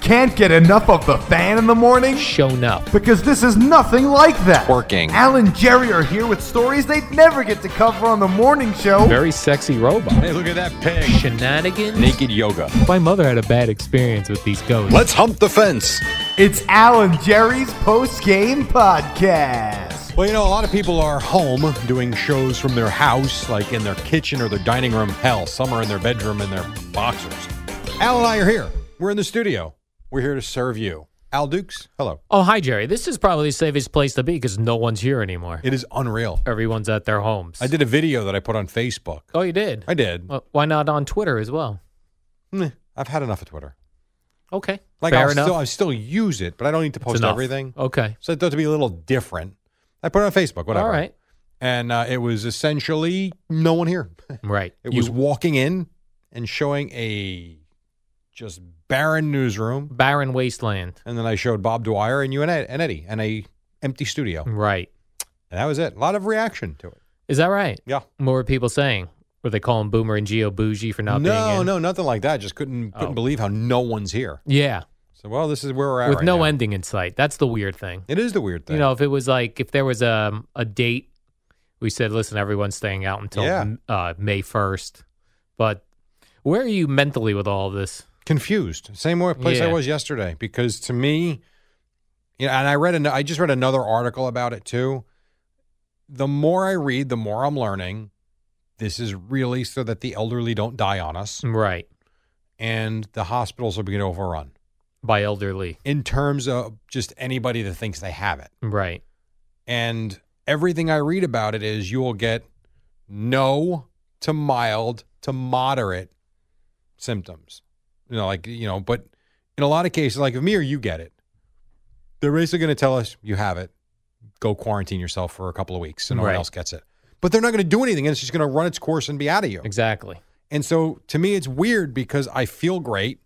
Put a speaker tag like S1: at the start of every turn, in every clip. S1: Can't get enough of the fan in the morning?
S2: shown up.
S1: Because this is nothing like that.
S3: Working.
S1: Al and Jerry are here with stories they'd never get to cover on the morning show.
S2: Very sexy robot.
S3: Hey, look at that pig.
S2: Shenanigans.
S3: Naked yoga.
S2: My mother had a bad experience with these ghosts.
S3: Let's hump the fence.
S1: It's Al and Jerry's post game podcast.
S4: Well, you know, a lot of people are home doing shows from their house, like in their kitchen or their dining room. Hell, some are in their bedroom in their boxers. Al and I are here. We're in the studio. We're here to serve you. Al Dukes, hello.
S2: Oh, hi, Jerry. This is probably the safest place to be because no one's here anymore.
S4: It is unreal.
S2: Everyone's at their homes.
S4: I did a video that I put on Facebook.
S2: Oh, you did?
S4: I did.
S2: Well, why not on Twitter as well?
S4: Meh, I've had enough of Twitter.
S2: Okay.
S4: Like
S2: Mm. Fair
S4: I
S2: enough.
S4: still, I still use it, but I don't need to
S2: It's
S4: post
S2: enough.
S4: everything.
S2: Okay.
S4: So I thought to be a little different, I put it on Facebook. Whatever.
S2: All right.
S4: And uh, it was essentially no one here.
S2: Right.
S4: It
S2: You-
S4: was walking in and showing a just barren newsroom,
S2: barren wasteland.
S4: and then I showed Bob Dwyer and you and, Ed, and Eddie and a empty studio, and
S2: Right.
S4: that was it. A lot of reaction to it.
S2: Is that right?
S4: Yeah.
S2: What were people saying? Were they calling Boomer and Geo bougie for not being
S4: no,
S2: in?
S4: no, nothing like that. Just couldn't couldn't
S2: Oh.
S4: believe how no one's here.
S2: Yeah.
S4: So well, this is where we're at
S2: With
S4: right
S2: no
S4: now.
S2: ending in sight. That's the weird thing.
S4: It is the weird thing.
S2: You know, if it was like if there was a a date, we said, listen, everyone's staying out until
S4: Yeah.
S2: uh, May first. But where are you mentally with all this?
S4: confused. Same way place I
S2: Yeah.
S4: was yesterday because to me, you know, and I read an, I just read another article about it too. The more I read, the more I'm learning. This is really so that the elderly don't die on us
S2: Right
S4: and the hospitals will be overrun
S2: by elderly,
S4: in terms of just anybody that thinks they have it.
S2: right?
S4: And everything I read about it is you will get no to mild to moderate symptoms. You know, like, you know, but in a lot of cases, like if me or you get it, they're basically going to tell us you have it, go quarantine yourself for a couple of weeks so no one
S2: Right.
S4: else gets it. But they're not going to do anything and it's just going to run its course and be out of you.
S2: Exactly.
S4: And so to me, it's weird because I feel great.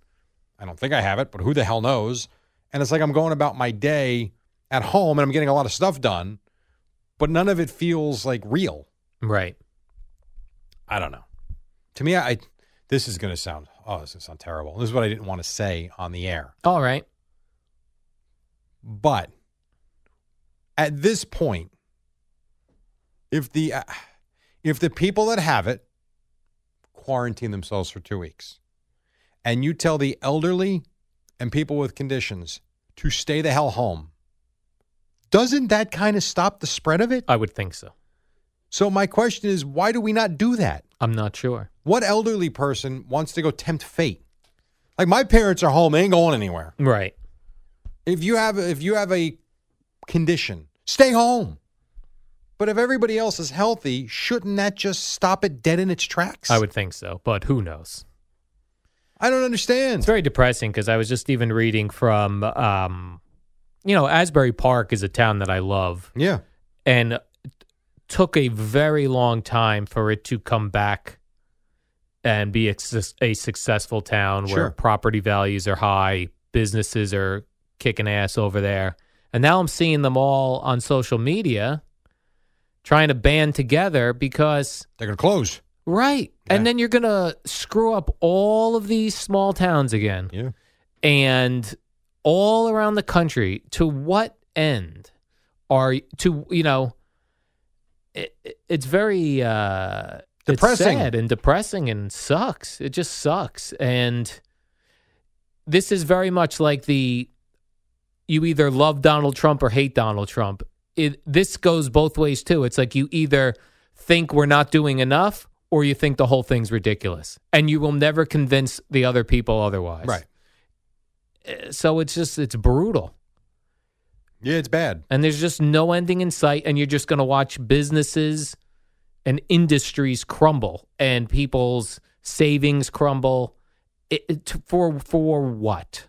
S4: I don't think I have it, but who the hell knows? And it's like I'm going about my day at home and I'm getting a lot of stuff done, but none of it feels like real.
S2: Right.
S4: I don't know. To me, I this is going to sound oh, this is gonna sound terrible. This is what I didn't want to say on the air.
S2: All right.
S4: But at this point, if the uh, if the people that have it quarantine themselves for two weeks, and you tell the elderly and people with conditions to stay the hell home, doesn't that kind of stop the spread of it?
S2: I would think so.
S4: So my question is, why do we not do that?
S2: I'm not sure.
S4: What elderly person wants to go tempt fate? Like my parents are home; they ain't going anywhere.
S2: Right.
S4: If you have if you have a condition, stay home. But if everybody else is healthy, shouldn't that just stop it dead in its tracks?
S2: I would think so, but who knows?
S4: I don't
S2: It's
S4: understand.
S2: very depressing because I was just even reading from, um, you know, Asbury Park is a town that I love.
S4: yeah.
S2: and it took a very long time for it to come back and be a, sus- a successful town where
S4: Sure.
S2: property values are high, businesses are kicking ass over there. And now I'm seeing them all on social media trying to band together because
S4: They're gonna close.
S2: right. And
S4: Yeah.
S2: then you're going to screw up all of these small towns again
S4: Yeah.
S2: and all around the country to what end are to you know it, it- it's very uh
S4: Depressing.
S2: It's sad and depressing and sucks. It just sucks. And this is very much like the you either love Donald Trump or hate Donald Trump. It this goes both ways too. It's like you either think we're not doing enough or you think the whole thing's ridiculous. And you will never convince the other people otherwise. Eh,
S4: Right.
S2: So it's just it's brutal.
S4: Yeah, it's bad.
S2: And there's just no ending in sight and you're just going to watch businesses and industries crumble and people's savings crumble it, it- for for what?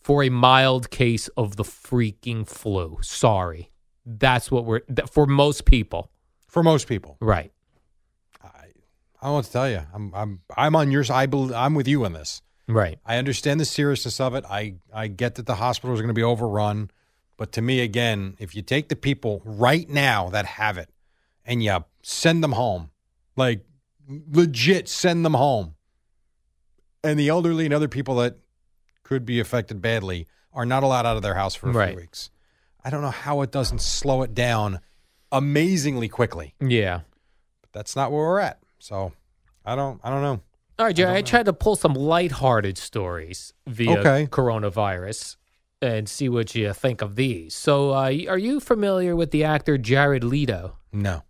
S2: For a mild case of the freaking flu. Sorry. That's what we're that, for most people.
S4: For most people.
S2: Right.
S4: I want to tell you, I'm I'm I'm on your side. I bel I'm with you on this.
S2: Right.
S4: I understand the seriousness of it. I I get that the hospitals are going to be overrun, but to me again, if you take the people right now that have it and you send them home, like legit send them home. And the elderly and other people that could be affected badly are not allowed out of their house for a
S2: Right.
S4: few weeks. I don't know how it doesn't slow it down amazingly quickly.
S2: Yeah.
S4: But that's not where we're at. So I don't I don't know.
S2: All right, Jerry. I, tried to pull some lighthearted stories via
S4: Okay.
S2: coronavirus and see what you think of these. So, uh, are you familiar with the actor Jared Leto?
S4: No.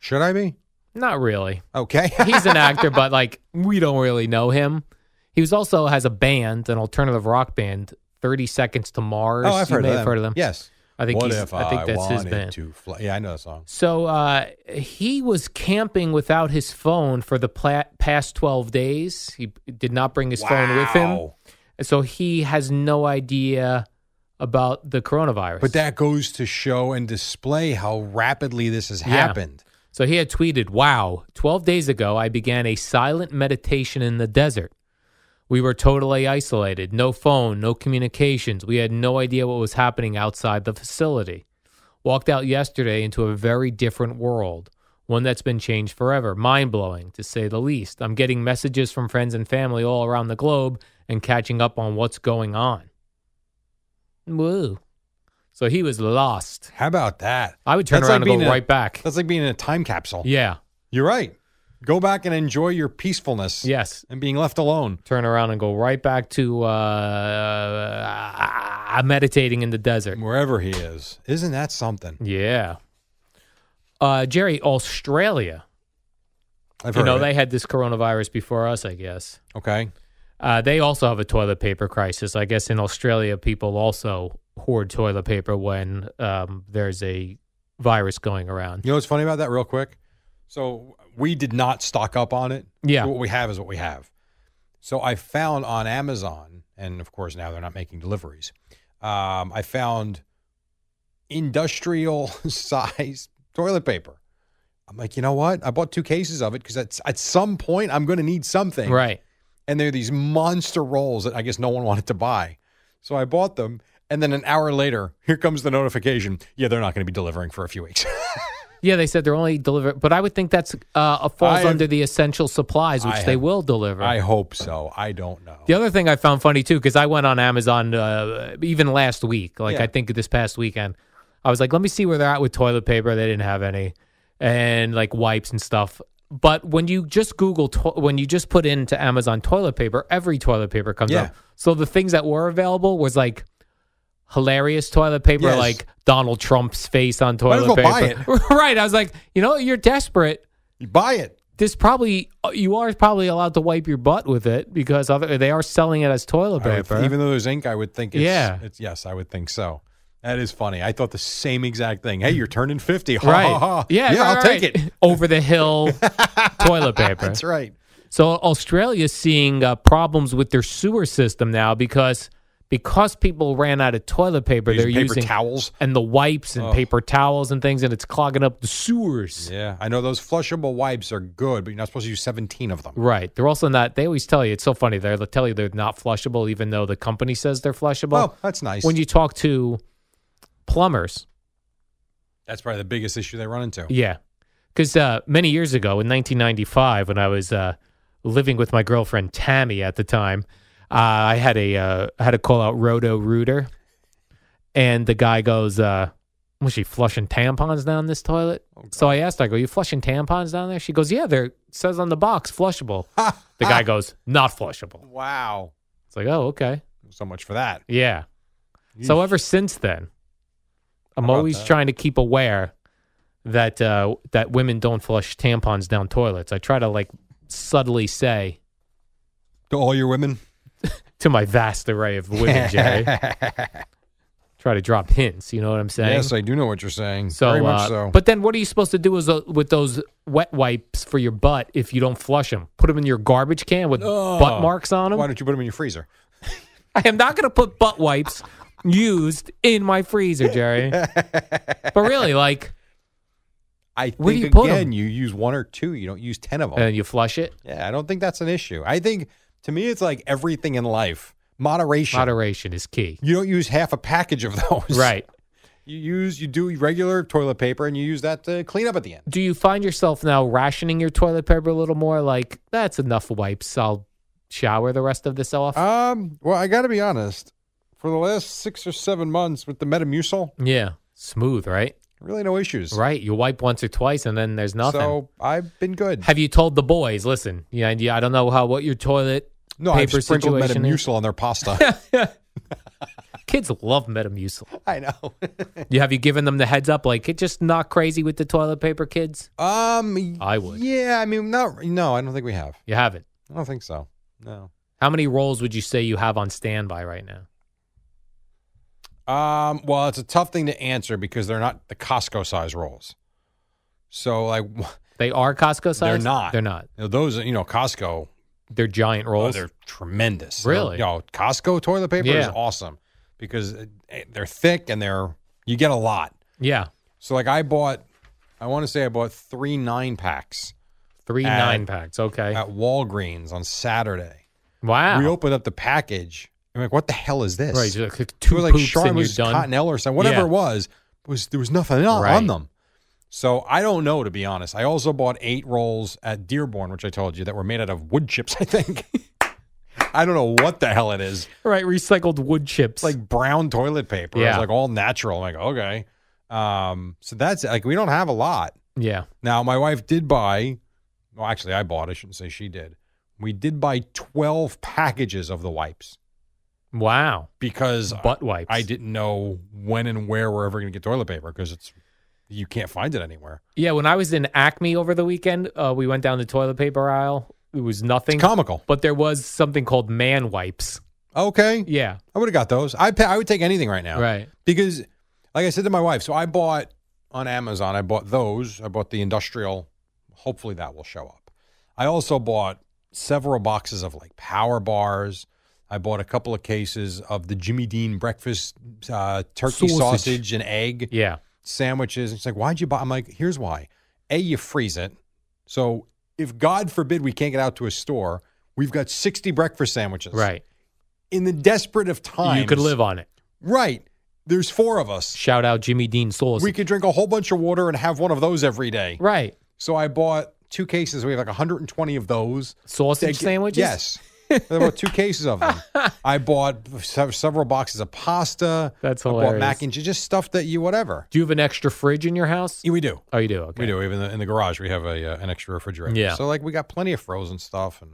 S4: Should I be?
S2: Not really.
S4: Okay.
S2: He's an actor, but like we don't really know him. He was also has a band, an alternative rock band, Thirty Seconds to Mars.
S4: Oh, I've
S2: you
S4: heard,
S2: may
S4: of
S2: have
S4: them.
S2: heard of them.
S4: Yes.
S2: I think
S4: what
S2: he's-
S4: if
S2: I think that's his
S4: wanted
S2: band.
S4: to fly? Yeah, I know that song.
S2: So uh, he was camping without his phone for the pla- past twelve days. He did not bring his phone with him.
S4: Wow.
S2: So he has no idea about the coronavirus.
S4: But that goes to show and display how rapidly this has happened.
S2: so he had tweeted, Wow, 12 days ago, I began a silent meditation in the desert. We were totally isolated, no phone, no communications. We had no idea what was happening outside the facility. Walked out yesterday into a very different world, one that's been changed forever. Mind blowing, to say the least. I'm getting messages from friends and family all around the globe and catching up on what's going on. Woo. So he was lost.
S4: How about that?
S2: I would turn
S4: That's
S2: around
S4: like
S2: and
S4: being
S2: go
S4: in a-
S2: right back.
S4: That's like being in a time capsule.
S2: Yeah.
S4: You're right. Go back and enjoy your peacefulness
S2: Yes.
S4: and being left alone.
S2: Turn around and go right back to uh, meditating in the desert.
S4: Wherever he is. Isn't that something?
S2: Yeah. Uh, Jerry, Australia.
S4: I've heard
S2: You know,
S4: of it.
S2: they had this coronavirus before us, I guess.
S4: Okay.
S2: Uh, they also have a toilet paper crisis. I guess in Australia, people also hoard toilet paper when um, there's a virus going around.
S4: You know what's funny about that, real quick? So we did not stock up on it.
S2: Yeah.
S4: So what we have is what we have. So I found on Amazon, and of course now they're not making deliveries. Um, I found industrial size toilet paper. I'm like, you know what? I bought two cases of it because at, at some point I'm going to need something.
S2: Right.
S4: And they're these monster rolls that I guess no one wanted to buy. So I bought them. And then an hour later, here comes the notification. Yeah, they're not going to be delivering for a few weeks.
S2: Yeah, they said they're only deliver, but I would think that's uh, falls
S4: I have-
S2: under the essential supplies, which
S4: I
S2: they
S4: have-
S2: will deliver.
S4: I hope so. I don't know.
S2: The other thing I found funny too, because I went on Amazon uh, even last week, like
S4: Yeah.
S2: I think this past weekend, I was like, let me see where they're at with toilet paper. They didn't have any, and like wipes and stuff. But when you just Google, to- when you just put into Amazon toilet paper, every toilet paper comes
S4: Yeah.
S2: up. So the things that were available was like hilarious toilet paper,
S4: Yes.
S2: like Donald Trump's face on
S4: Might as
S2: toilet
S4: well buy
S2: paper. right. I was like, you know, you're desperate
S4: You buy it.
S2: this probably uh, you are probably allowed to wipe your butt with it because other they are selling it as toilet
S4: I would-
S2: paper.
S4: even though there's ink, I would think it's,
S2: Yeah.
S4: it's yes, I would think so. That is funny. I thought the same exact thing. Hey, you're turning 50. Ha,
S2: right?
S4: ha, ha.
S2: Yeah,
S4: yeah,
S2: right,
S4: I'll
S2: right,
S4: take
S2: right.
S4: it.
S2: Over the hill toilet paper.
S4: That's right.
S2: So Australia's seeing uh, problems with their sewer system now because because people ran out of toilet paper,
S4: Using
S2: they're
S4: paper
S2: using
S4: towels.
S2: and the wipes and
S4: Oh.
S2: paper towels and things, and it's clogging up the sewers.
S4: Yeah, I know those flushable wipes are good, but you're not supposed to use 17 of them.
S2: Right. They're also not. They always tell you it's so funny. They'll tell you they're not flushable, even though the company says they're flushable.
S4: Well, that's nice.
S2: when you talk to plumbers,
S4: that's probably the biggest issue they run into.
S2: yeah, because uh, many years ago in 1995, when I was uh, living with my girlfriend Tammy at the time, uh, I had a uh, I had a call out Roto Rooter, and the guy goes, uh, was she flushing tampons down this toilet? so I asked her, I go, you flushing tampons down there? She goes, yeah, there says on the box, flushable. the guy goes, not flushable.
S4: Wow.
S2: It's like, oh, okay.
S4: So much for that.
S2: Yeah. So ever since then, I'm always trying to keep aware that uh, that women don't flush tampons down toilets. I try to like subtly say
S4: To all your women.
S2: to my vast array of women, Jerry. try to drop hints. You know what I'm saying?
S4: Yes, I do know what you're saying.
S2: So,
S4: Very much
S2: uh,
S4: so.
S2: but then what are you supposed to do is, uh, with those wet wipes for your butt if you don't flush them? Put them in your garbage can with butt marks on them?
S4: Why don't you put them in your freezer?
S2: I am not going to put butt wipes used in my freezer, Jerry. but really, like,
S4: I
S2: Where do
S4: think
S2: you put
S4: again,
S2: 'em?
S4: you use one or two. You don't use ten of them.
S2: and uh, you flush it,
S4: yeah, I don't think that's an issue. I think to me, it's like everything in life moderation.
S2: moderation is key.
S4: you don't use half a package of those,
S2: Right.
S4: You use you do regular toilet paper, and you use that to clean up at the end.
S2: Do you find yourself now rationing your toilet paper a little more? Like, that's enough wipes. I'll shower the rest of this off.
S4: Um. Well, I got to be honest. For the last six or seven months with the Metamucil,
S2: yeah. Smooth, right?
S4: really no issues.
S2: Right. You wipe once or twice and then there's nothing.
S4: So I've been good.
S2: Have you told the boys? Listen, yeah, yeah, I don't know how what your toilet
S4: no,
S2: paper
S4: I've sprinkled
S2: situation
S4: Metamucil
S2: is.
S4: on their pasta.
S2: Kids love Metamucil.
S4: I know.
S2: you have you given them the heads up? Like, it just not crazy with the toilet paper, kids.
S4: um.
S2: I would.
S4: Yeah. I mean, not. No, I don't think we have.
S2: You haven't.
S4: I don't think so. No.
S2: How many rolls would you say you have on standby right now?
S4: Um, well, it's a tough thing to answer because they're not the Costco size rolls. So like w-
S2: They are Costco size.
S4: they're not.
S2: They're not.
S4: You know, those you know Costco.
S2: They're giant
S4: Oh,
S2: rolls.
S4: they're tremendous.
S2: Really?
S4: You know, Costco toilet paper is
S2: Yeah.
S4: awesome because uh, they're thick and they're you get a lot.
S2: yeah,
S4: So like I bought, I want to say I bought three nine packs
S2: three
S4: At-
S2: nine packs. Okay.
S4: at Walgreens on Saturday.
S2: wow.
S4: We opened up the package. I'm like, what the hell is this?
S2: Right, just like
S4: It
S2: two
S4: was like
S2: poops and you're
S4: Charlotte's
S2: done.
S4: Cottonelle or something, whatever
S2: Yeah.
S4: it was, was there was nothing on,
S2: Right.
S4: on them. So I don't know to be honest. I also bought eight rolls at Dearborn, which I told you that were made out of wood chips. I think I don't know what the hell it is.
S2: right, recycled wood chips.
S4: It's like brown toilet paper. It's
S2: Yeah.
S4: like all natural. I'm like okay, um, so that's it. like we don't have a lot
S2: yeah,
S4: now. My wife did buy. Well, actually, I bought. I shouldn't say she did. We did buy twelve packages of the wipes
S2: wow.
S4: because
S2: Butt wipes.
S4: I didn't know when and where we're ever going to get toilet paper because it's you can't find it anywhere.
S2: Yeah, when I was in Acme over the weekend, uh, we went down the toilet paper aisle. It was nothing.
S4: It's comical.
S2: but there was something called man wipes.
S4: Okay,
S2: Yeah,
S4: I would have got those. I pay, I would take anything right now.
S2: right.
S4: Because, like I said to my wife, so I bought on Amazon. I bought those. I bought the industrial. Hopefully that will show up. I also bought several boxes of like power bars. I bought a couple of cases of the Jimmy Dean breakfast uh, turkey
S2: Sausage.
S4: sausage and egg.
S2: Yeah,
S4: sandwiches. It's like, why'd you buy? I'm like, here's why. A, you freeze it. So if God forbid we can't get out to a store, we've got 60 breakfast sandwiches.
S2: right.
S4: In the desperate of times.
S2: You could live on it.
S4: Right. There's four of us.
S2: Shout out Jimmy Dean Souls.
S4: We could drink a whole bunch of water and have one of those every day.
S2: right.
S4: So I bought two cases. We have like 120 of those.
S2: Sausage
S4: They-
S2: sandwiches?
S4: Yes. I bought two cases of them. I bought sev- several boxes of pasta.
S2: That's
S4: I bought
S2: hilarious.
S4: mac and cheese, just stuff that you, whatever.
S2: Do you have an extra fridge in your house?
S4: Yeah, we do.
S2: Oh, you do. Okay.
S4: We do. Even in the, in the garage, we have a uh, an extra refrigerator.
S2: Yeah.
S4: So like we got plenty of frozen stuff, and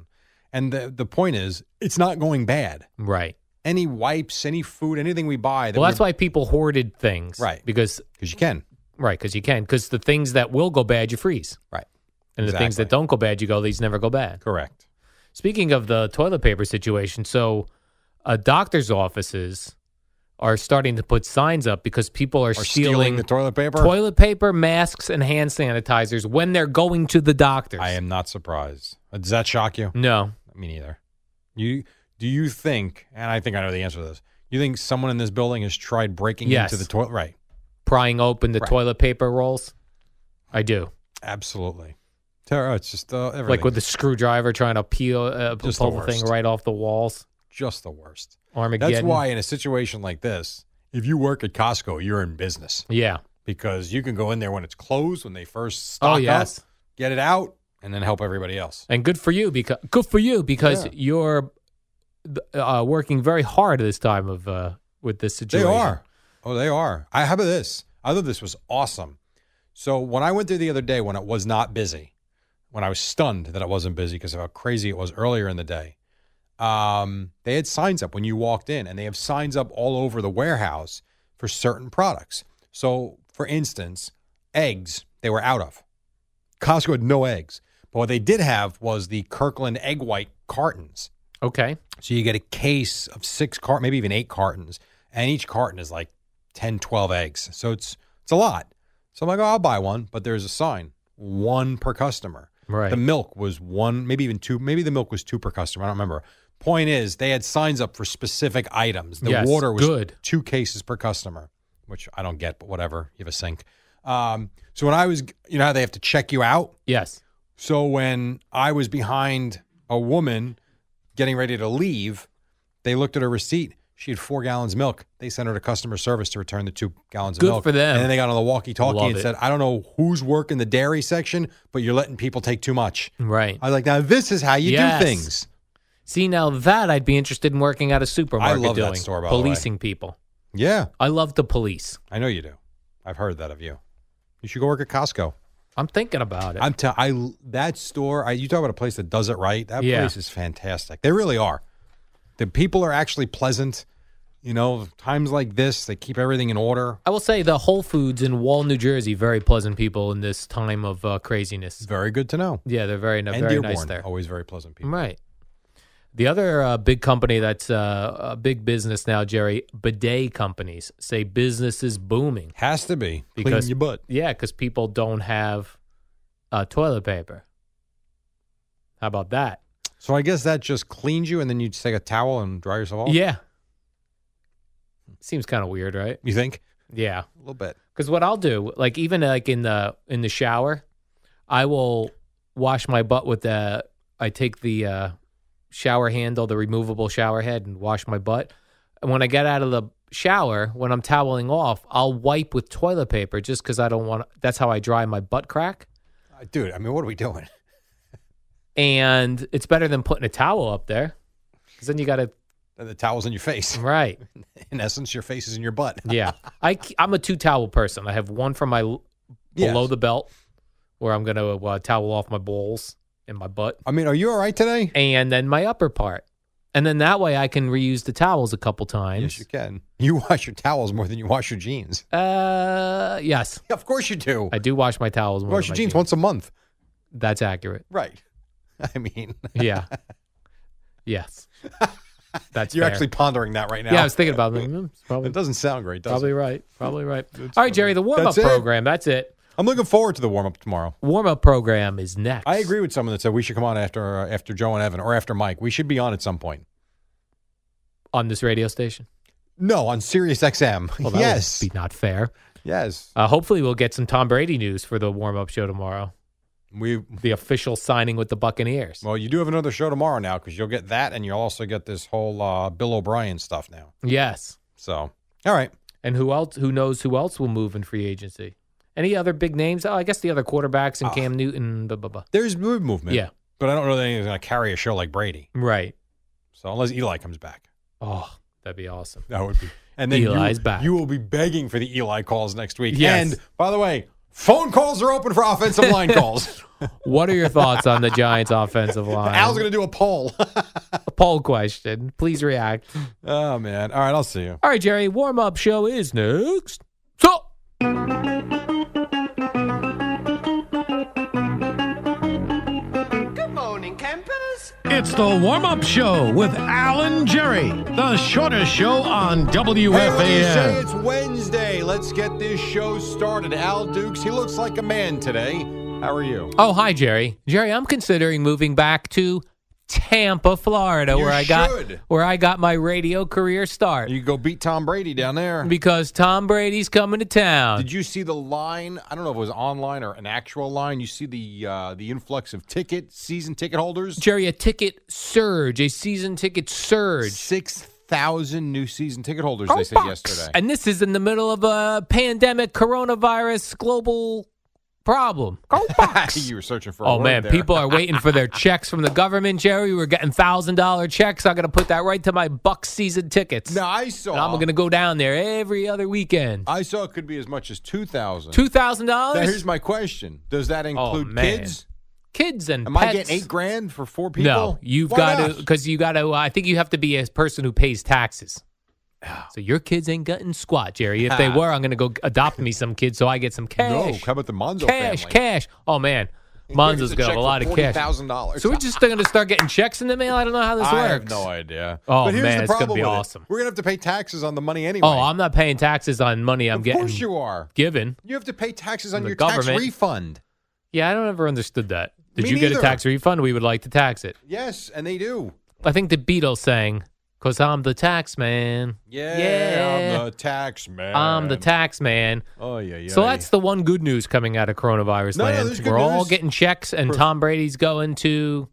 S4: and the the point is, it's not going bad.
S2: Right.
S4: Any wipes, any food, anything we buy. That
S2: Well, that's why people hoarded things.
S4: Right.
S2: Because
S4: because you can.
S2: right, because you can. Because the things that will go bad, you freeze,
S4: Right.
S2: and the things
S4: Exactly.
S2: that don't go bad, you go. These never go bad.
S4: Correct.
S2: Speaking of the toilet paper situation, so uh, doctors' offices are starting to put signs up because people are,
S4: Or stealing, the toilet paper.
S2: toilet paper, masks, and hand sanitizers when they're going to the doctors.
S4: I am not surprised. Uh, Does that shock you?
S2: no.
S4: Me neither. You do you think? And I think I know the answer to this. You think someone in this building has tried breaking
S2: Yes.
S4: into the toilet? Right.
S2: Prying open the
S4: Right.
S2: toilet paper rolls. I do.
S4: Absolutely. Terror. It's just uh, everything.
S2: Like with the screwdriver trying to peel uh,
S4: Just
S2: pull
S4: the
S2: the, thing
S4: worst.
S2: right off the walls.
S4: just the worst.
S2: Armageddon.
S4: That's why in a situation like this, if you work at Costco, you're in business
S2: Yeah.
S4: because you can go in there when it's closed, when they first stock
S2: oh yes.
S4: up, get it out, and then help everybody else.
S2: And good for you because good for you because
S4: Yeah.
S2: you're th- uh, working very hard at this time of uh, with this
S4: They
S2: situation.
S4: are. Oh, they are. I how about this? I thought this was awesome. So when I went there the other day, when it was not busy, when I was stunned that it wasn't busy because of how crazy it was earlier in the day, um, they had signs up when you walked in, and they have signs up all over the warehouse for certain products. So, for instance, eggs they were out of. Costco had no eggs, but what they did have was the Kirkland egg white cartons.
S2: Okay.
S4: So you get a case of six cart, maybe even eight cartons, and each carton is like 10, 12 eggs. So it's it's a lot. So I'm like, oh, I'll buy one, but there's a sign, one per customer.
S2: Right.
S4: The milk was one, maybe even two. Maybe the milk was two per customer. I don't remember. Point is, they had signs up for specific items. The
S2: Yes,
S4: water was
S2: good.
S4: two cases per customer, which I don't get, but whatever. You have a sink. Um, so when I was, you know, how they have to check you out.
S2: Yes.
S4: So when I was behind a woman getting ready to leave, they looked at her receipt. She had four gallons of milk. They sent her to customer service to return the two gallons
S2: Good
S4: of milk.
S2: for them.
S4: And then they got on the walkie-talkie
S2: Love
S4: and
S2: it.
S4: said, "I don't know who's working the dairy section, but you're letting people take too much."
S2: Right.
S4: I was like, "Now this is how you
S2: Yes.
S4: do things."
S2: See, now that I'd be interested in working at a supermarket
S4: love that
S2: doing
S4: store, by the way.
S2: policing people.
S4: Yeah,
S2: I love to police.
S4: I know you do. I've heard that of you. You should go work at Costco.
S2: I'm thinking about it.
S4: I'm tell I that store. I, you talk about a place that does it right. That
S2: Yeah.
S4: place is fantastic. They really are. The people are actually pleasant. You know, times like this, they keep everything in order.
S2: I will say the Whole Foods in Wall, New Jersey, very pleasant people in this time of uh, craziness.
S4: Very good to know.
S2: Yeah, they're very,
S4: and
S2: very
S4: Dearborn,
S2: nice there.
S4: always very pleasant people.
S2: Right. The other uh, big company that's uh, a big business now, Jerry, bidet companies say business is booming.
S4: Has to be
S2: Mm. Because-
S4: clean your butt.
S2: Yeah, because people don't have uh, toilet paper. How about that?
S4: So I guess that just cleans you, and then you just take a towel and dry yourself off.
S2: Yeah. Seems kind of weird, right?
S4: you think
S2: Yeah.
S4: a little bit.
S2: Because what I'll do, like even like in the in the shower, I will wash my butt with the. I take the uh, shower handle, the removable shower head, and wash my butt. And when I get out of the shower, when I'm toweling off, I'll wipe with toilet paper just because I don't want. That's how I dry my butt crack,
S4: Uh, Dude, I mean, what are we doing?
S2: and it's better than putting a towel up there. Because then you got to
S4: The towel's in your face.
S2: right.
S4: In essence, your face is in your butt.
S2: Yeah, I am a two towel person. I have one for my l- below
S4: Yes.
S2: the belt, where I'm going to uh, towel off my balls and my butt.
S4: I mean, are you all right today?
S2: and then my upper part. And then that way I can reuse the towels a couple
S4: Yes,
S2: times.
S4: you can. You wash your towels more than you wash your jeans.
S2: uh, yes,
S4: Of course you do.
S2: I do wash my towels. More
S4: wash
S2: than
S4: your
S2: my
S4: jeans once a month.
S2: That's accurate.
S4: Right. I mean,
S2: Yeah. yes. That's
S4: you're
S2: fair.
S4: actually pondering that right now.
S2: Yeah, I was thinking about it. I'm like, hmm, it's Probably,
S4: It doesn't sound great, does
S2: probably
S4: it?
S2: right. Probably right. All right, Jerry, the warm up
S4: That's it.
S2: program. That's it.
S4: I'm looking forward to the warm up tomorrow.
S2: Warm up program is next.
S4: I agree with someone that said we should come on after uh, after Joe and Evan or after Mike. We should be on at some point.
S2: On this radio station.
S4: No, on Sirius XM.
S2: Well, that
S4: yes.
S2: would be not fair.
S4: Yes.
S2: Uh, hopefully, we'll get some Tom Brady news for the warm up show tomorrow.
S4: We
S2: The official signing with the Buccaneers.
S4: well, you do have another show tomorrow now because you'll get that and you'll also get this whole uh, Bill O'Brien stuff now.
S2: yes.
S4: So, all right.
S2: And who else? Who knows who else will move in free agency? Any other big names? Oh, I guess the other quarterbacks
S4: Ah.
S2: and Cam Newton. Blah blah blah.
S4: There's move- movement.
S2: Yeah.
S4: But I don't know that anyone's going to carry a show like Brady.
S2: Right.
S4: So unless Eli comes back.
S2: Oh, that'd be awesome.
S4: That would be. And then
S2: Eli's
S4: you,
S2: back.
S4: You will be begging for the Eli calls next week.
S2: Yes.
S4: And by the way, phone calls are open for offensive line calls.
S2: What are your thoughts on the Giants' offensive line?
S4: Al's going to do a poll.
S2: a poll question. Please react.
S4: oh man! All right, I'll see you.
S2: All right, Jerry. Warm up show is next. So.
S5: It's the warm up show with Alan Jerry, the shortest show on
S4: Hey, what do you say?
S5: WFAN.
S4: It's Wednesday. Let's get this show started. Al Dukes, he looks like a man today. How are you?
S2: Oh, hi, Jerry. Jerry, I'm considering moving back to Tampa, Florida,
S4: You
S2: where I got
S4: should.
S2: where I got my radio career start.
S4: You go beat Tom Brady down there.
S2: Because Tom Brady's coming to town.
S4: Did you see the line? I don't know if it was online or an actual line. You see the uh, the influx of ticket season ticket holders.
S2: Jerry, a ticket surge, a season ticket surge.
S4: Six thousand new season ticket holders. they said
S2: Bucks.
S4: yesterday.
S2: And this is in the middle of a pandemic, coronavirus, global problem. Go Bucks.
S4: you were searching for. a
S2: oh
S4: word
S2: man,
S4: there.
S2: people are waiting for their checks from the government, Jerry. We're getting thousand dollar checks. I'm gonna put that right to my Bucks season tickets.
S4: No, I saw.
S2: And I'm gonna go down there every other weekend.
S4: I saw it could be as much as two thousand.
S2: Two thousand
S4: Now, here's
S2: dollars, Oh,
S4: my question: Does that include
S2: man.
S4: kids?
S2: kids and
S4: Am
S2: pets.
S4: I getting eight grand for four people?
S2: No, you've
S4: Why
S2: got to
S4: not?
S2: because you got to. I think you have to be a person who pays taxes. So your kids ain't getting squat, Jerry. If they were, I'm going to go adopt me some kids so I get some
S4: No,
S2: cash.
S4: how about the Monzo
S2: cash,
S4: family?
S2: cash. Oh man, Monzo's
S4: a
S2: got
S4: check
S2: a lot
S4: for
S2: of cash.
S4: $40,000.
S2: So we're just going to start getting checks in the mail. I don't know how this
S4: I have
S2: works.
S4: no idea.
S2: Oh,
S4: but here's
S2: man,
S4: the
S2: it's gonna
S4: problem
S2: be
S4: with it.
S2: awesome.
S4: We're gonna have to pay taxes on the money anyway.
S2: oh, I'm not paying taxes on money I'm
S4: of
S2: getting
S4: course you are.
S2: given.
S4: You have to pay taxes on
S2: From the
S4: your tax
S2: government.
S4: refund.
S2: Yeah, I don't ever understood that. Did
S4: Me
S2: you get a
S4: neither.
S2: tax refund? We would like to tax it.
S4: Yes, and they do.
S2: I think the Beatles sang, "Cause I'm the tax man."
S4: Yeah,
S2: Yeah.
S4: I'm the tax man.
S2: I'm the tax man.
S4: Oh yeah, yeah.
S2: So that's the one good news coming out of coronavirus
S4: No, no,
S2: land.
S4: there's good
S2: We're all
S4: news.
S2: getting checks, and
S4: Prof-
S2: Tom Brady's going to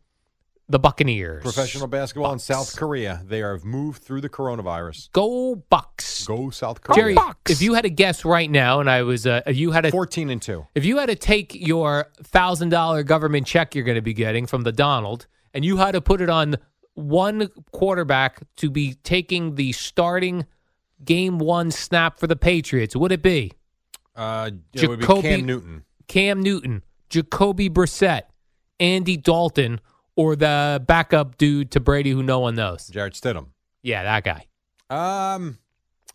S2: the Buccaneers.
S4: professional basketball
S2: Bucks.
S4: in South Korea. They have moved through the coronavirus.
S2: Go Bucks.
S4: Go South Korea.
S2: Jerry, if you had a guess right now, and I was, uh, you had a,
S4: fourteen and two.
S2: if you had to take your thousand dollar government check you're going to be getting from the Donald, and you had to put it on one quarterback to be taking the starting game one snap for the Patriots, would it be?
S4: Uh, it would be
S2: Jacoby-
S4: Cam Newton.
S2: Cam Newton, Jacoby Brissett, Andy Dalton, or the backup dude to Brady who no one knows.
S4: Jared Stidham.
S2: Yeah, that guy.
S4: Um,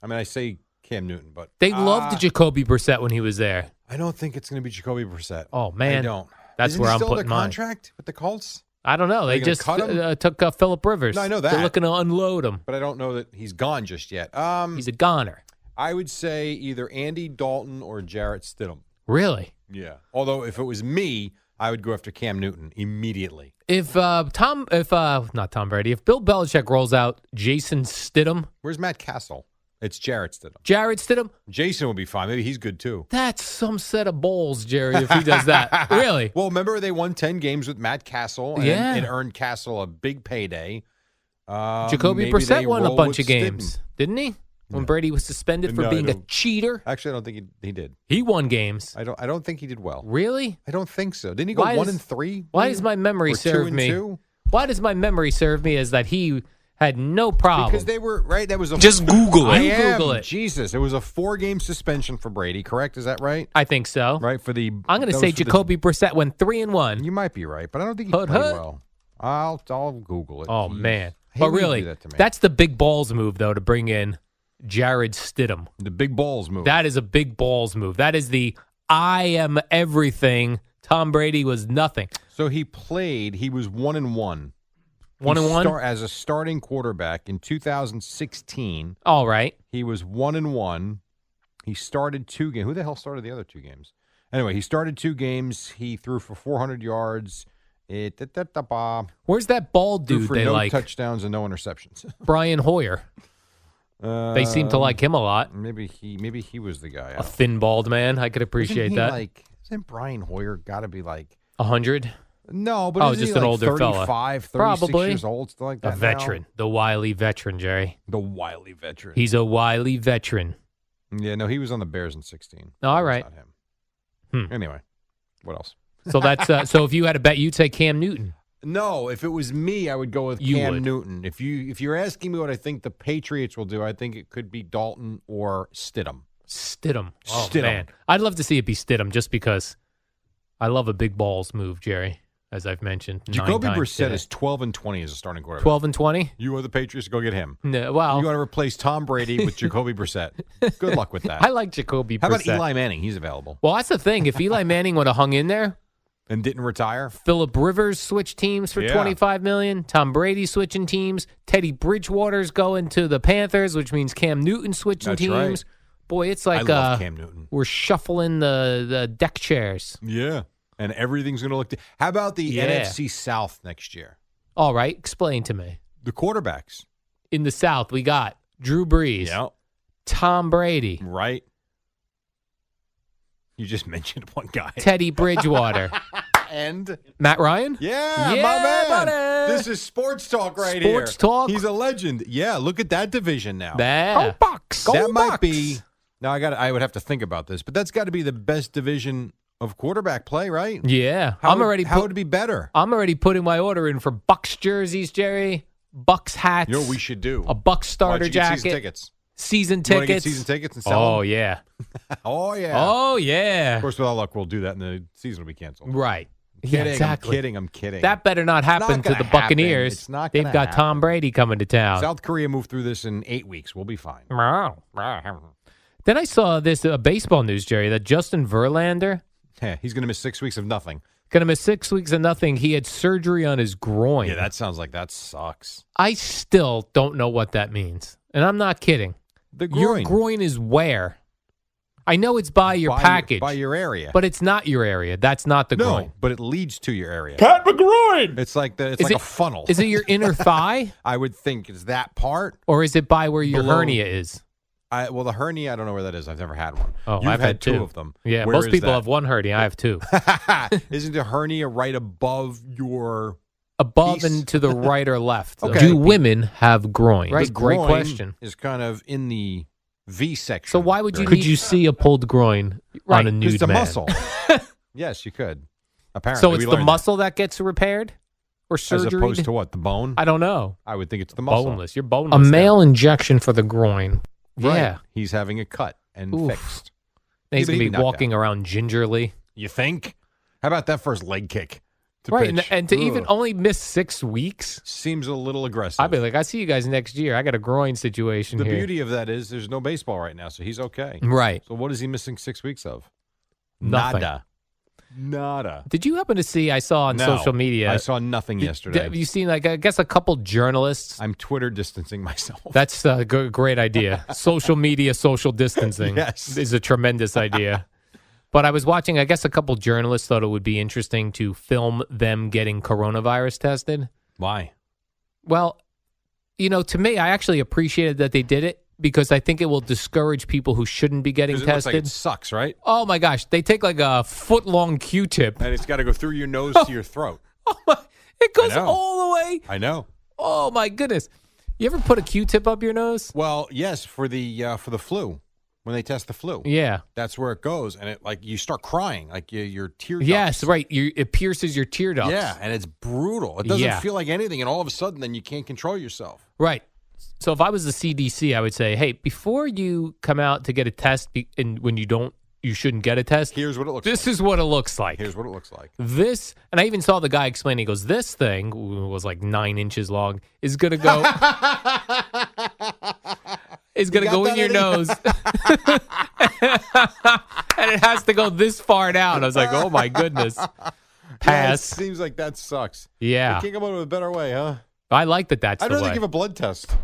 S4: I mean, I say Cam Newton, but
S2: They
S4: uh,
S2: loved Jacoby Brissett when he was there.
S4: I don't think it's going to be Jacoby Brissett.
S2: Oh, man.
S4: I don't.
S2: That's
S4: Isn't
S2: where
S4: he
S2: I'm
S4: still
S2: putting
S4: under
S2: mine.
S4: contract with the Colts,
S2: I don't know.
S4: Are they
S2: They
S4: gonna
S2: just
S4: cut him?
S2: uh, took uh, Philip Rivers.
S4: No, I know
S2: They're
S4: that.
S2: looking to unload him.
S4: but I don't know that he's gone just yet. Um,
S2: He's a goner.
S4: I would say either Andy Dalton or Jarrett Stidham.
S2: Really?
S4: Yeah. Although if it was me, I would go after Cam Newton immediately.
S2: If uh, Tom, if uh, not Tom Brady, if Bill Belichick rolls out Jason Stidham,
S4: Where's Matt Castle? It's Jarrett Stidham.
S2: Jared Stidham,
S4: Jason would be fine. Maybe he's good too.
S2: that's some set of balls, Jerry. If he does that, really?
S4: Well, remember they won ten games with Matt Castle, and
S2: Yeah.
S4: it earned Castle a big payday. Um,
S2: Jacoby
S4: maybe
S2: Brissett
S4: they
S2: won a
S4: roll
S2: bunch
S4: with
S2: of games,
S4: Stidham.
S2: didn't he? When Brady was suspended for
S4: No, I
S2: being a
S4: don't-
S2: cheater,
S4: Actually, I don't think he, he did.
S2: he won games.
S4: I don't. I don't think he did well.
S2: Really?
S4: I don't think so. Didn't he go
S2: Why
S4: one
S2: does-
S4: and three?
S2: Why does my memory
S4: Or
S2: serve
S4: two and
S2: me?
S4: Two?
S2: Why does my memory serve me as that he had no problem?
S4: Because they were right. That was a
S3: Just Google
S4: I
S3: it.
S2: You
S4: am,
S2: Google it.
S4: Jesus, it was a four-game suspension for Brady. Correct? Is that right?
S2: I think so.
S4: Right for the.
S2: I'm going
S4: that
S2: to say
S4: was for the-
S2: Jacoby Brissett went three and one.
S4: you might be right, but I don't think he
S2: Hood,
S4: played
S2: hood.
S4: well. I'll I'll Google it.
S2: oh
S4: Jeez.
S2: man!
S4: I hate
S2: But
S4: when you do
S2: really,
S4: that to me.
S2: that's the big balls move though to bring in Jared Stidham.
S4: the big balls move.
S2: That is a big balls move. That is the I am everything. Tom Brady was nothing.
S4: so he played. He was one and one.
S2: One
S4: He
S2: and one.
S4: star- as a starting quarterback in 2016.
S2: All right.
S4: He was one and one. He started two games. Who the hell started the other two games? Anyway, he started two games. He threw for 400 yards. It, da, da, da, ba.
S2: Where's that bald
S4: threw
S2: dude
S4: for
S2: they
S4: no
S2: like?
S4: touchdowns and no interceptions.
S2: Brian Hoyer. They seem to
S4: Um,
S2: like him a lot.
S4: Maybe he, maybe he was the guy. I
S2: A
S4: don't-
S2: thin bald man. I could appreciate
S4: isn't he
S2: that. A
S4: Like, isn't Brian Hoyer got to be like?
S2: hundred.
S4: No, but
S2: Oh,
S4: isn't he
S2: just an
S4: like
S2: older fella.
S4: 35, 36
S2: Probably.
S4: years old, still like
S2: A
S4: that. now?
S2: veteran. The wily veteran, Jerry.
S4: the wily veteran.
S2: He's a wily veteran.
S4: yeah, no, he was on the Bears in sixteen.
S2: All
S4: That was
S2: right.
S4: not him.
S2: Hmm.
S4: Anyway, what else?
S2: So that's uh, so if you had a bet, you'd say Cam Newton.
S4: No, if it was me, I would go with
S2: You
S4: Cam
S2: would.
S4: Newton. If you if you're asking me what I think the Patriots will do, I think it could be Dalton or Stidham.
S2: Stidham. Oh
S4: Stidham.
S2: man. I'd love to see it be Stidham just because I love a big balls move, Jerry, as I've mentioned. nine
S4: Jacoby
S2: times
S4: Brissett
S2: today.
S4: is twelve and twenty as a starting quarterback.
S2: twelve and twenty?
S4: You are the Patriots. Go get him.
S2: No
S4: You
S2: well
S4: got to replace Tom Brady with Jacoby Brissett. Good luck with that.
S2: I like Jacoby
S4: How about
S2: Brissett.
S4: Eli Manning? He's available
S2: Well that's the thing. If Eli Manning would have hung in there,
S4: and didn't retire.
S2: Philip Rivers switched teams for
S4: Yeah.
S2: 25 million. Tom Brady switching teams. Teddy Bridgewater's going to the Panthers, which means Cam Newton switching
S4: That's
S2: teams.
S4: right.
S2: Boy, it's like
S4: I love
S2: uh,
S4: Cam Newton.
S2: we're shuffling the, the deck chairs.
S4: Yeah, and everything's going to look. di- How about the
S2: Yeah.
S4: NFC South next year?
S2: All right, explain to me.
S4: The quarterbacks.
S2: In the South, we got Drew Brees, Tom Brady,
S4: Right. You just mentioned one guy.
S2: Teddy Bridgewater,
S4: And
S2: Matt Ryan.
S4: yeah,
S2: Yeah,
S4: my man.
S2: buddy.
S4: This is sports talk right here.
S2: Sports talk.
S4: He's a legend. Yeah, look at that division now.
S2: Yeah.
S4: that might be. Now I got. I would have to think about this, but that's got to be the best division of quarterback play, right?
S2: Yeah,
S4: How
S2: I'm
S4: would-
S2: already.
S4: How
S2: put-
S4: would it be better?
S2: I'm already putting my order in for Bucks jerseys, Jerry. Bucks hats.
S4: You know what we should do?
S2: a Bucks
S4: Why
S2: starter
S4: don't you get
S2: jacket. Season
S4: Season tickets. You wanna
S2: tickets.
S4: get season tickets and sell
S2: oh
S4: them?
S2: yeah.
S4: Oh yeah.
S2: Oh yeah.
S4: Of course, with all luck, we'll do that, and the season will be canceled.
S2: Right. yeah,
S4: Kidding,
S2: exactly.
S4: I'm kidding. I'm kidding.
S2: That better not happen to
S4: not gonna
S2: the
S4: happen.
S2: Buccaneers.
S4: It's not
S2: They've
S4: gonna
S2: got Tom
S4: happen.
S2: Brady coming to town.
S4: South Korea moved through this in eight weeks. We'll be fine.
S2: Then I saw this uh, baseball news, Jerry, that Justin Verlander
S4: Heh, he's going to miss six weeks of nothing.
S2: gonna miss six weeks of nothing. He had surgery on his groin.
S4: Yeah, that sounds like that sucks.
S2: I still don't know what that means, and I'm not kidding.
S4: The
S2: Your groin is where? I know it's by your
S4: By
S2: package,
S4: by your area,
S2: but it's not your area. That's not the
S4: no,
S2: groin.
S4: but it leads to your area. Pat McGroin. It's like the, it's
S2: Is
S4: like
S2: it-
S4: a funnel.
S2: Is it your inner thigh,
S4: I would think it's that part.
S2: or is it by where your
S4: Below-
S2: hernia is?
S4: I, well, the hernia, I don't know where that is. I've never had one.
S2: Oh,
S4: You've
S2: I've
S4: had,
S2: had
S4: two
S2: two.
S4: of them.
S2: Yeah,
S4: Where
S2: most
S4: is
S2: people
S4: that?
S2: have one hernia. I have two.
S4: Isn't the hernia right above your
S2: Above
S4: Piece.
S2: and to the right or left.
S4: Okay.
S2: Do women have groins?
S4: the
S2: Great
S4: groin
S2: question.
S4: Is kind of in the V section.
S2: So why would you?
S4: Right.
S2: Could you see a pulled groin on a nude
S4: It's the
S2: man?
S4: muscle. yes, you could. Apparently,
S2: So
S4: we
S2: it's the
S4: learned that.
S2: muscle that. gets repaired or
S4: as
S2: surgery.
S4: opposed to what the bone.
S2: I don't know.
S4: I would think it's the muscle.
S2: Boneless. You're boneless.
S5: now.
S2: A male injection for the groin.
S4: Right.
S2: Yeah.
S4: he's having a cut and
S2: Oof.
S4: fixed.
S2: He's
S4: Yeah, but
S2: gonna
S4: he
S2: be
S4: can knock
S2: walking around gingerly.
S4: You think? How about that first leg kick? To
S2: right. And,
S4: pitch?
S2: and to
S4: Ugh.
S2: even only miss six weeks.
S4: seems a little aggressive.
S2: I'd be like, I see you guys next year. I got a groin situation
S4: the
S2: here.
S4: beauty of that is there's no baseball right now, so he's okay.
S2: Right.
S4: So what is he missing six weeks of?
S2: Nothing.
S4: Nada. Nada.
S2: Did you happen to see? I saw on
S4: No.
S2: social media.
S4: I saw nothing
S2: Did-
S4: yesterday.
S2: Have you seen like I guess a couple journalists?
S4: I'm Twitter distancing myself.
S2: That's a g- great idea. social media, social distancing
S4: Yes.
S2: is a tremendous idea. but I was watching. I guess a couple journalists thought it would be interesting to film them getting coronavirus tested.
S4: Why?
S2: Well, you know, to me, I actually appreciated that they did it because I think it will discourage people who shouldn't be getting
S4: Because it looks like
S2: tested.
S4: it sucks, right?
S2: oh my gosh, they take like a foot long Q-tip.
S4: And it's got to go through your nose to your throat.
S2: Oh my, it goes
S4: know.
S2: all the way
S4: I know.
S2: Oh my goodness! You ever put a Q-tip up your nose?
S4: Well, yes, for the uh, for the flu, when they test the flu,
S2: Yeah.
S4: that's where it goes, and it like you start crying, like you, your tear.
S2: Yes,
S4: ducts.
S2: right. You, it pierces your tear ducts.
S4: Yeah, and it's brutal. It doesn't
S2: Yeah.
S4: feel like anything, and all of a sudden, then you can't control yourself.
S2: Right. So if I was the CDC, I would say, hey, before you come out to get a test, be, and when you don't, you shouldn't get a test.
S4: Here's what it looks.
S2: this
S4: like.
S2: is what it looks like.
S4: Here's what it looks like.
S2: this, and I even saw the guy explain. He goes, "This thing w- was like nine inches long. Is gonna go. is gonna
S4: got
S2: go in
S4: that
S2: your
S4: in you?
S2: nose, and it has to go this far down." I was like, "Oh my goodness!"
S4: Yeah, it
S2: Pass.
S4: seems like that sucks.
S2: Yeah,
S4: You can't come up with a better way, huh?
S2: I like that. That's
S4: I'd
S2: the
S4: rather
S2: way.
S4: give a blood test.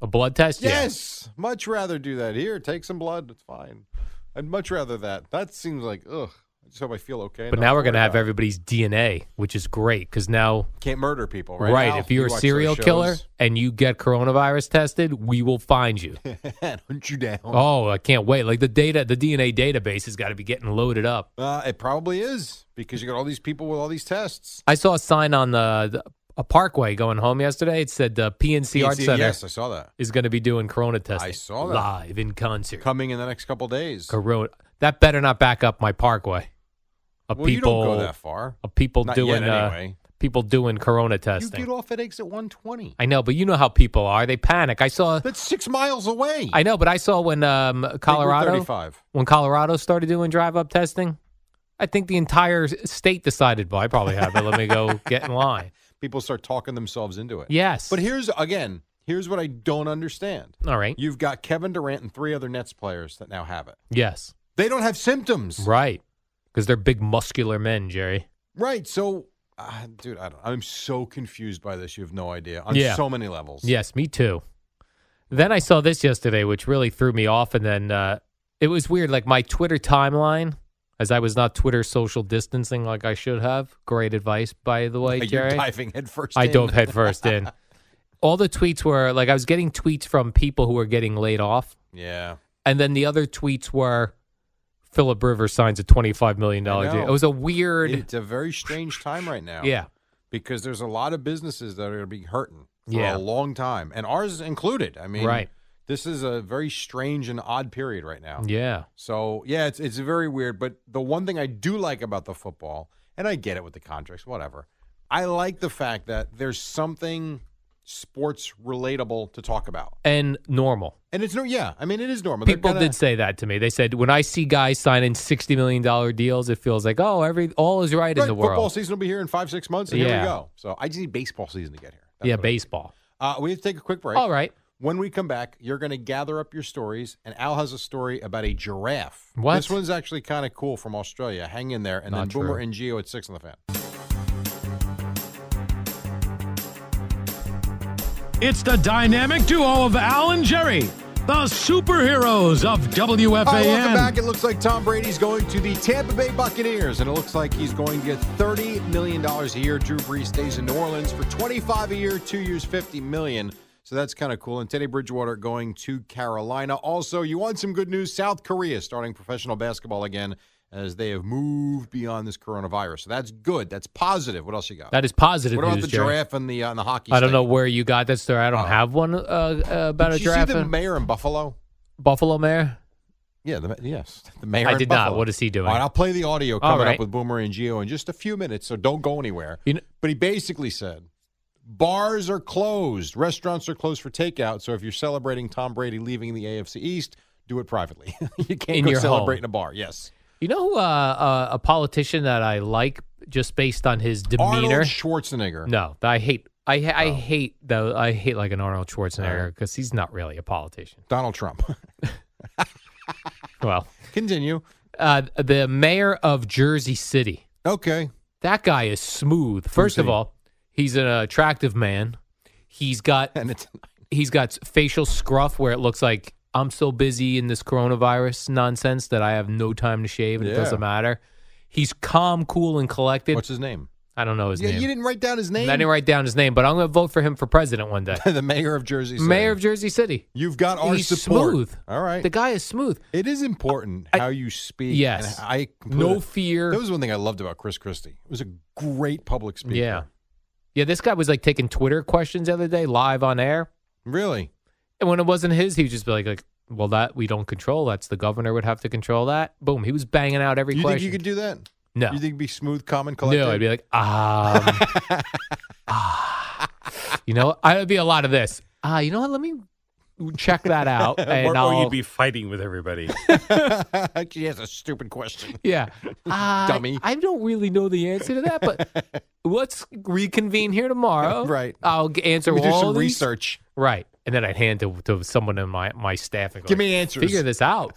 S2: a blood test. Yeah.
S4: Yes, much rather do that. Here, take some blood. It's fine. I'd much rather that. That seems like ugh. I just hope I feel okay.
S2: But
S4: and
S2: now
S4: not
S2: we're going to
S4: worry
S2: have
S4: about it.
S2: everybody's DNA, which is great because now,
S4: can't murder people, right?
S2: right,
S4: Now,
S2: if you're
S4: you
S2: a
S4: watch
S2: serial
S4: those
S2: killer
S4: shows.
S2: and you get coronavirus tested, we will find you.
S4: hunt you down.
S2: oh, I can't wait. Like the data, the DNA database has got to be getting loaded up.
S4: Uh, it probably is because you got all these people with all these tests.
S2: I saw a sign on the, the a parkway going home yesterday. It said uh, the PNC Arts
S4: PNC,
S2: Center
S4: Yes, I saw that
S2: is going to be doing corona testing.
S4: saw that.
S2: live in concert.
S4: coming in the next couple days.
S2: corona that better not back up my parkway. Of
S4: Well, you
S2: people,
S4: don't go that far.
S2: of people
S4: Not
S2: doing
S4: yet,
S2: uh,
S4: anyway.
S2: people doing corona
S4: You
S2: testing.
S4: get off at exit 120.
S2: I know, but you know how people are. They panic. I saw.
S4: That's six miles away.
S2: I know, but I saw when um, Colorado
S4: 35.
S2: when Colorado started doing drive up testing. I think the entire s- state decided, well, I probably have it. Let me go get in line.
S4: People start talking themselves into it.
S2: Yes.
S4: But here's again. Here's what I don't understand.
S2: All right.
S4: You've got Kevin Durant and three other Nets players that now have it.
S2: yes.
S4: They don't have symptoms.
S2: Right. Because they're big muscular men, Jerry.
S4: Right. So, uh, dude, I don't. I'm so confused by this. You have no idea on
S2: Yeah.
S4: so many levels.
S2: Yes, me too. Then I saw this yesterday, which really threw me off. And then uh, it was weird. Like my Twitter timeline, as I was not Twitter social distancing like I should have. Great advice, by the way,
S4: Are you
S2: Jerry.
S4: diving headfirst.
S2: I
S4: in?
S2: dove headfirst in. All the tweets were like I was getting tweets from people who were getting laid off,
S4: Yeah.
S2: and then the other tweets were Philip Rivers signs a twenty-five million dollar
S4: I
S2: deal.
S4: know.
S2: It was a weird,
S4: It's a very strange time right now.
S2: yeah,
S4: Because there's a lot of businesses that are going to be hurting for
S2: Yeah.
S4: a long time, and ours included. I mean,
S2: Right.
S4: This is a very strange and odd period right now.
S2: Yeah.
S4: So yeah, it's it's very weird. But the one thing I do like about the football, and I get it with the contracts, whatever. I like the fact that there's something sports relatable to talk about,
S2: And normal.
S4: and it's no, yeah. I mean, it is normal. uh, They're
S2: People
S4: gonna-
S2: did say that to me. They said when I see guys signing sixty million dollar deals, it feels like oh, every all is right, in
S4: Right,
S2: the
S4: football
S2: world.
S4: season will be here in five, six months, and here
S2: Yeah.
S4: we go. So I just need baseball season to get here. That's
S2: yeah,
S4: what it is.
S2: baseball.
S4: Uh, we have to take a quick break.
S2: All right.
S4: When we come back, you're going to gather up your stories, and Al has a story about a giraffe.
S2: What?
S4: This one's actually kind of cool from Australia. Hang in there, and
S2: Not
S4: then Boomer
S2: true.
S4: and Geo at six on the fan.
S5: It's the dynamic duo of Al and Jerry, the superheroes of WFAN.
S4: All right, welcome back. It looks like Tom Brady's going to the Tampa Bay Buccaneers, and it looks like he's going to get thirty million dollars a year. Drew Brees stays in New Orleans for twenty-five a year, two years, fifty million. So that's kind of cool. And Teddy Bridgewater going to Carolina. Also, you want some good news? South Korea starting professional basketball again as they have moved beyond this coronavirus. So that's good. That's positive. What else you got?
S2: That is positive
S4: what about
S2: news,
S4: the
S2: Jerry.
S4: giraffe and the uh, and the hockey?
S2: I don't
S4: stick?
S2: know where you got that story. I don't
S4: Oh.
S2: have one uh, uh, about
S4: Did
S2: a
S4: you
S2: giraffe.
S4: see the
S2: in-
S4: mayor in Buffalo?
S2: Buffalo mayor.
S4: Yeah, the, ma- yes, the mayor.
S2: I
S4: in
S2: did not.
S4: Buffalo.
S2: What is he doing?
S4: All right, I'll play the audio
S2: All
S4: coming
S2: right.
S4: up with Boomer and Geo in just a few minutes, so don't go anywhere.
S2: You know,
S4: But he basically said, bars are closed, restaurants are closed for takeout. So if you're celebrating Tom Brady leaving the AFC East, do it privately. you can't
S2: In
S4: go
S2: your
S4: celebrate
S2: home.
S4: in a bar. Yes,
S2: you know who, uh, uh, a politician that I like just based on his demeanor.
S4: Arnold Schwarzenegger.
S2: No, I hate. I ha-
S4: Oh.
S2: I hate though. I hate like an Arnold
S4: Uh-huh.
S2: Schwarzenegger because he's not really a politician.
S4: Donald Trump.
S2: Well,
S4: Continue.
S2: uh, the mayor of Jersey City.
S4: Okay.
S2: That guy is smooth. First of
S4: he?
S2: all, he's an attractive man. He's got
S4: And it's
S2: he's got facial scruff where it looks like I'm so busy in this coronavirus nonsense that I have no time to shave and it
S4: Yeah.
S2: doesn't matter. He's calm, cool, and collected.
S4: what's his name?
S2: I don't know his
S4: yeah,
S2: name.
S4: you didn't write down his
S2: I
S4: name.
S2: didn't write down his name, but I'm going to vote for him for president one day.
S4: the mayor of Jersey. City.
S2: Mayor of Jersey City.
S4: You've got our
S2: He's
S4: support.
S2: smooth.
S4: All right.
S2: The guy is smooth.
S4: It is important
S2: I-
S4: how you speak.
S2: Yes.
S4: and I completely-
S2: No fear.
S4: That was one thing I loved about Chris Christie. It was a great public speaker.
S2: yeah. Yeah, this guy was like taking Twitter questions the other day live on air.
S4: really.
S2: And when it wasn't his, he would just be like, like well, that we don't control. That's the governor would have to control that. Boom. He was banging out every
S4: you
S2: question.
S4: think you could do that?
S2: no.
S4: You think it'd be smooth, common, collected?
S2: no, I'd be like, um, ah. you know, I'd be a lot of this. Ah, you know what? Let me check that out. And
S6: or,
S2: I'll,
S6: or you'd be fighting with everybody.
S4: like, she has a stupid question.
S2: Yeah. Uh,
S4: Dummy.
S2: I don't really know the answer to that, but let's reconvene here tomorrow.
S4: Right.
S2: I'll g- answer
S4: We do
S2: all
S4: some
S2: these-
S4: research.
S2: Right. And then I'd hand to, to someone in my, my staff and go,
S4: Give me
S2: like,
S4: answers.
S2: Figure this out.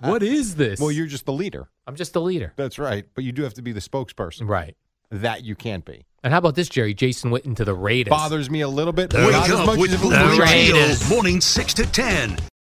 S2: what is this?
S4: Well, you're just the leader.
S2: I'm just the leader.
S4: That's right. But you do have to be the spokesperson.
S2: Right.
S4: That you can't be.
S2: And how about this, Jerry? Jason Witten to the Raiders.
S4: Bothers me a little bit. but not as much as it would-
S2: Raiders.
S7: Morning 6 to 10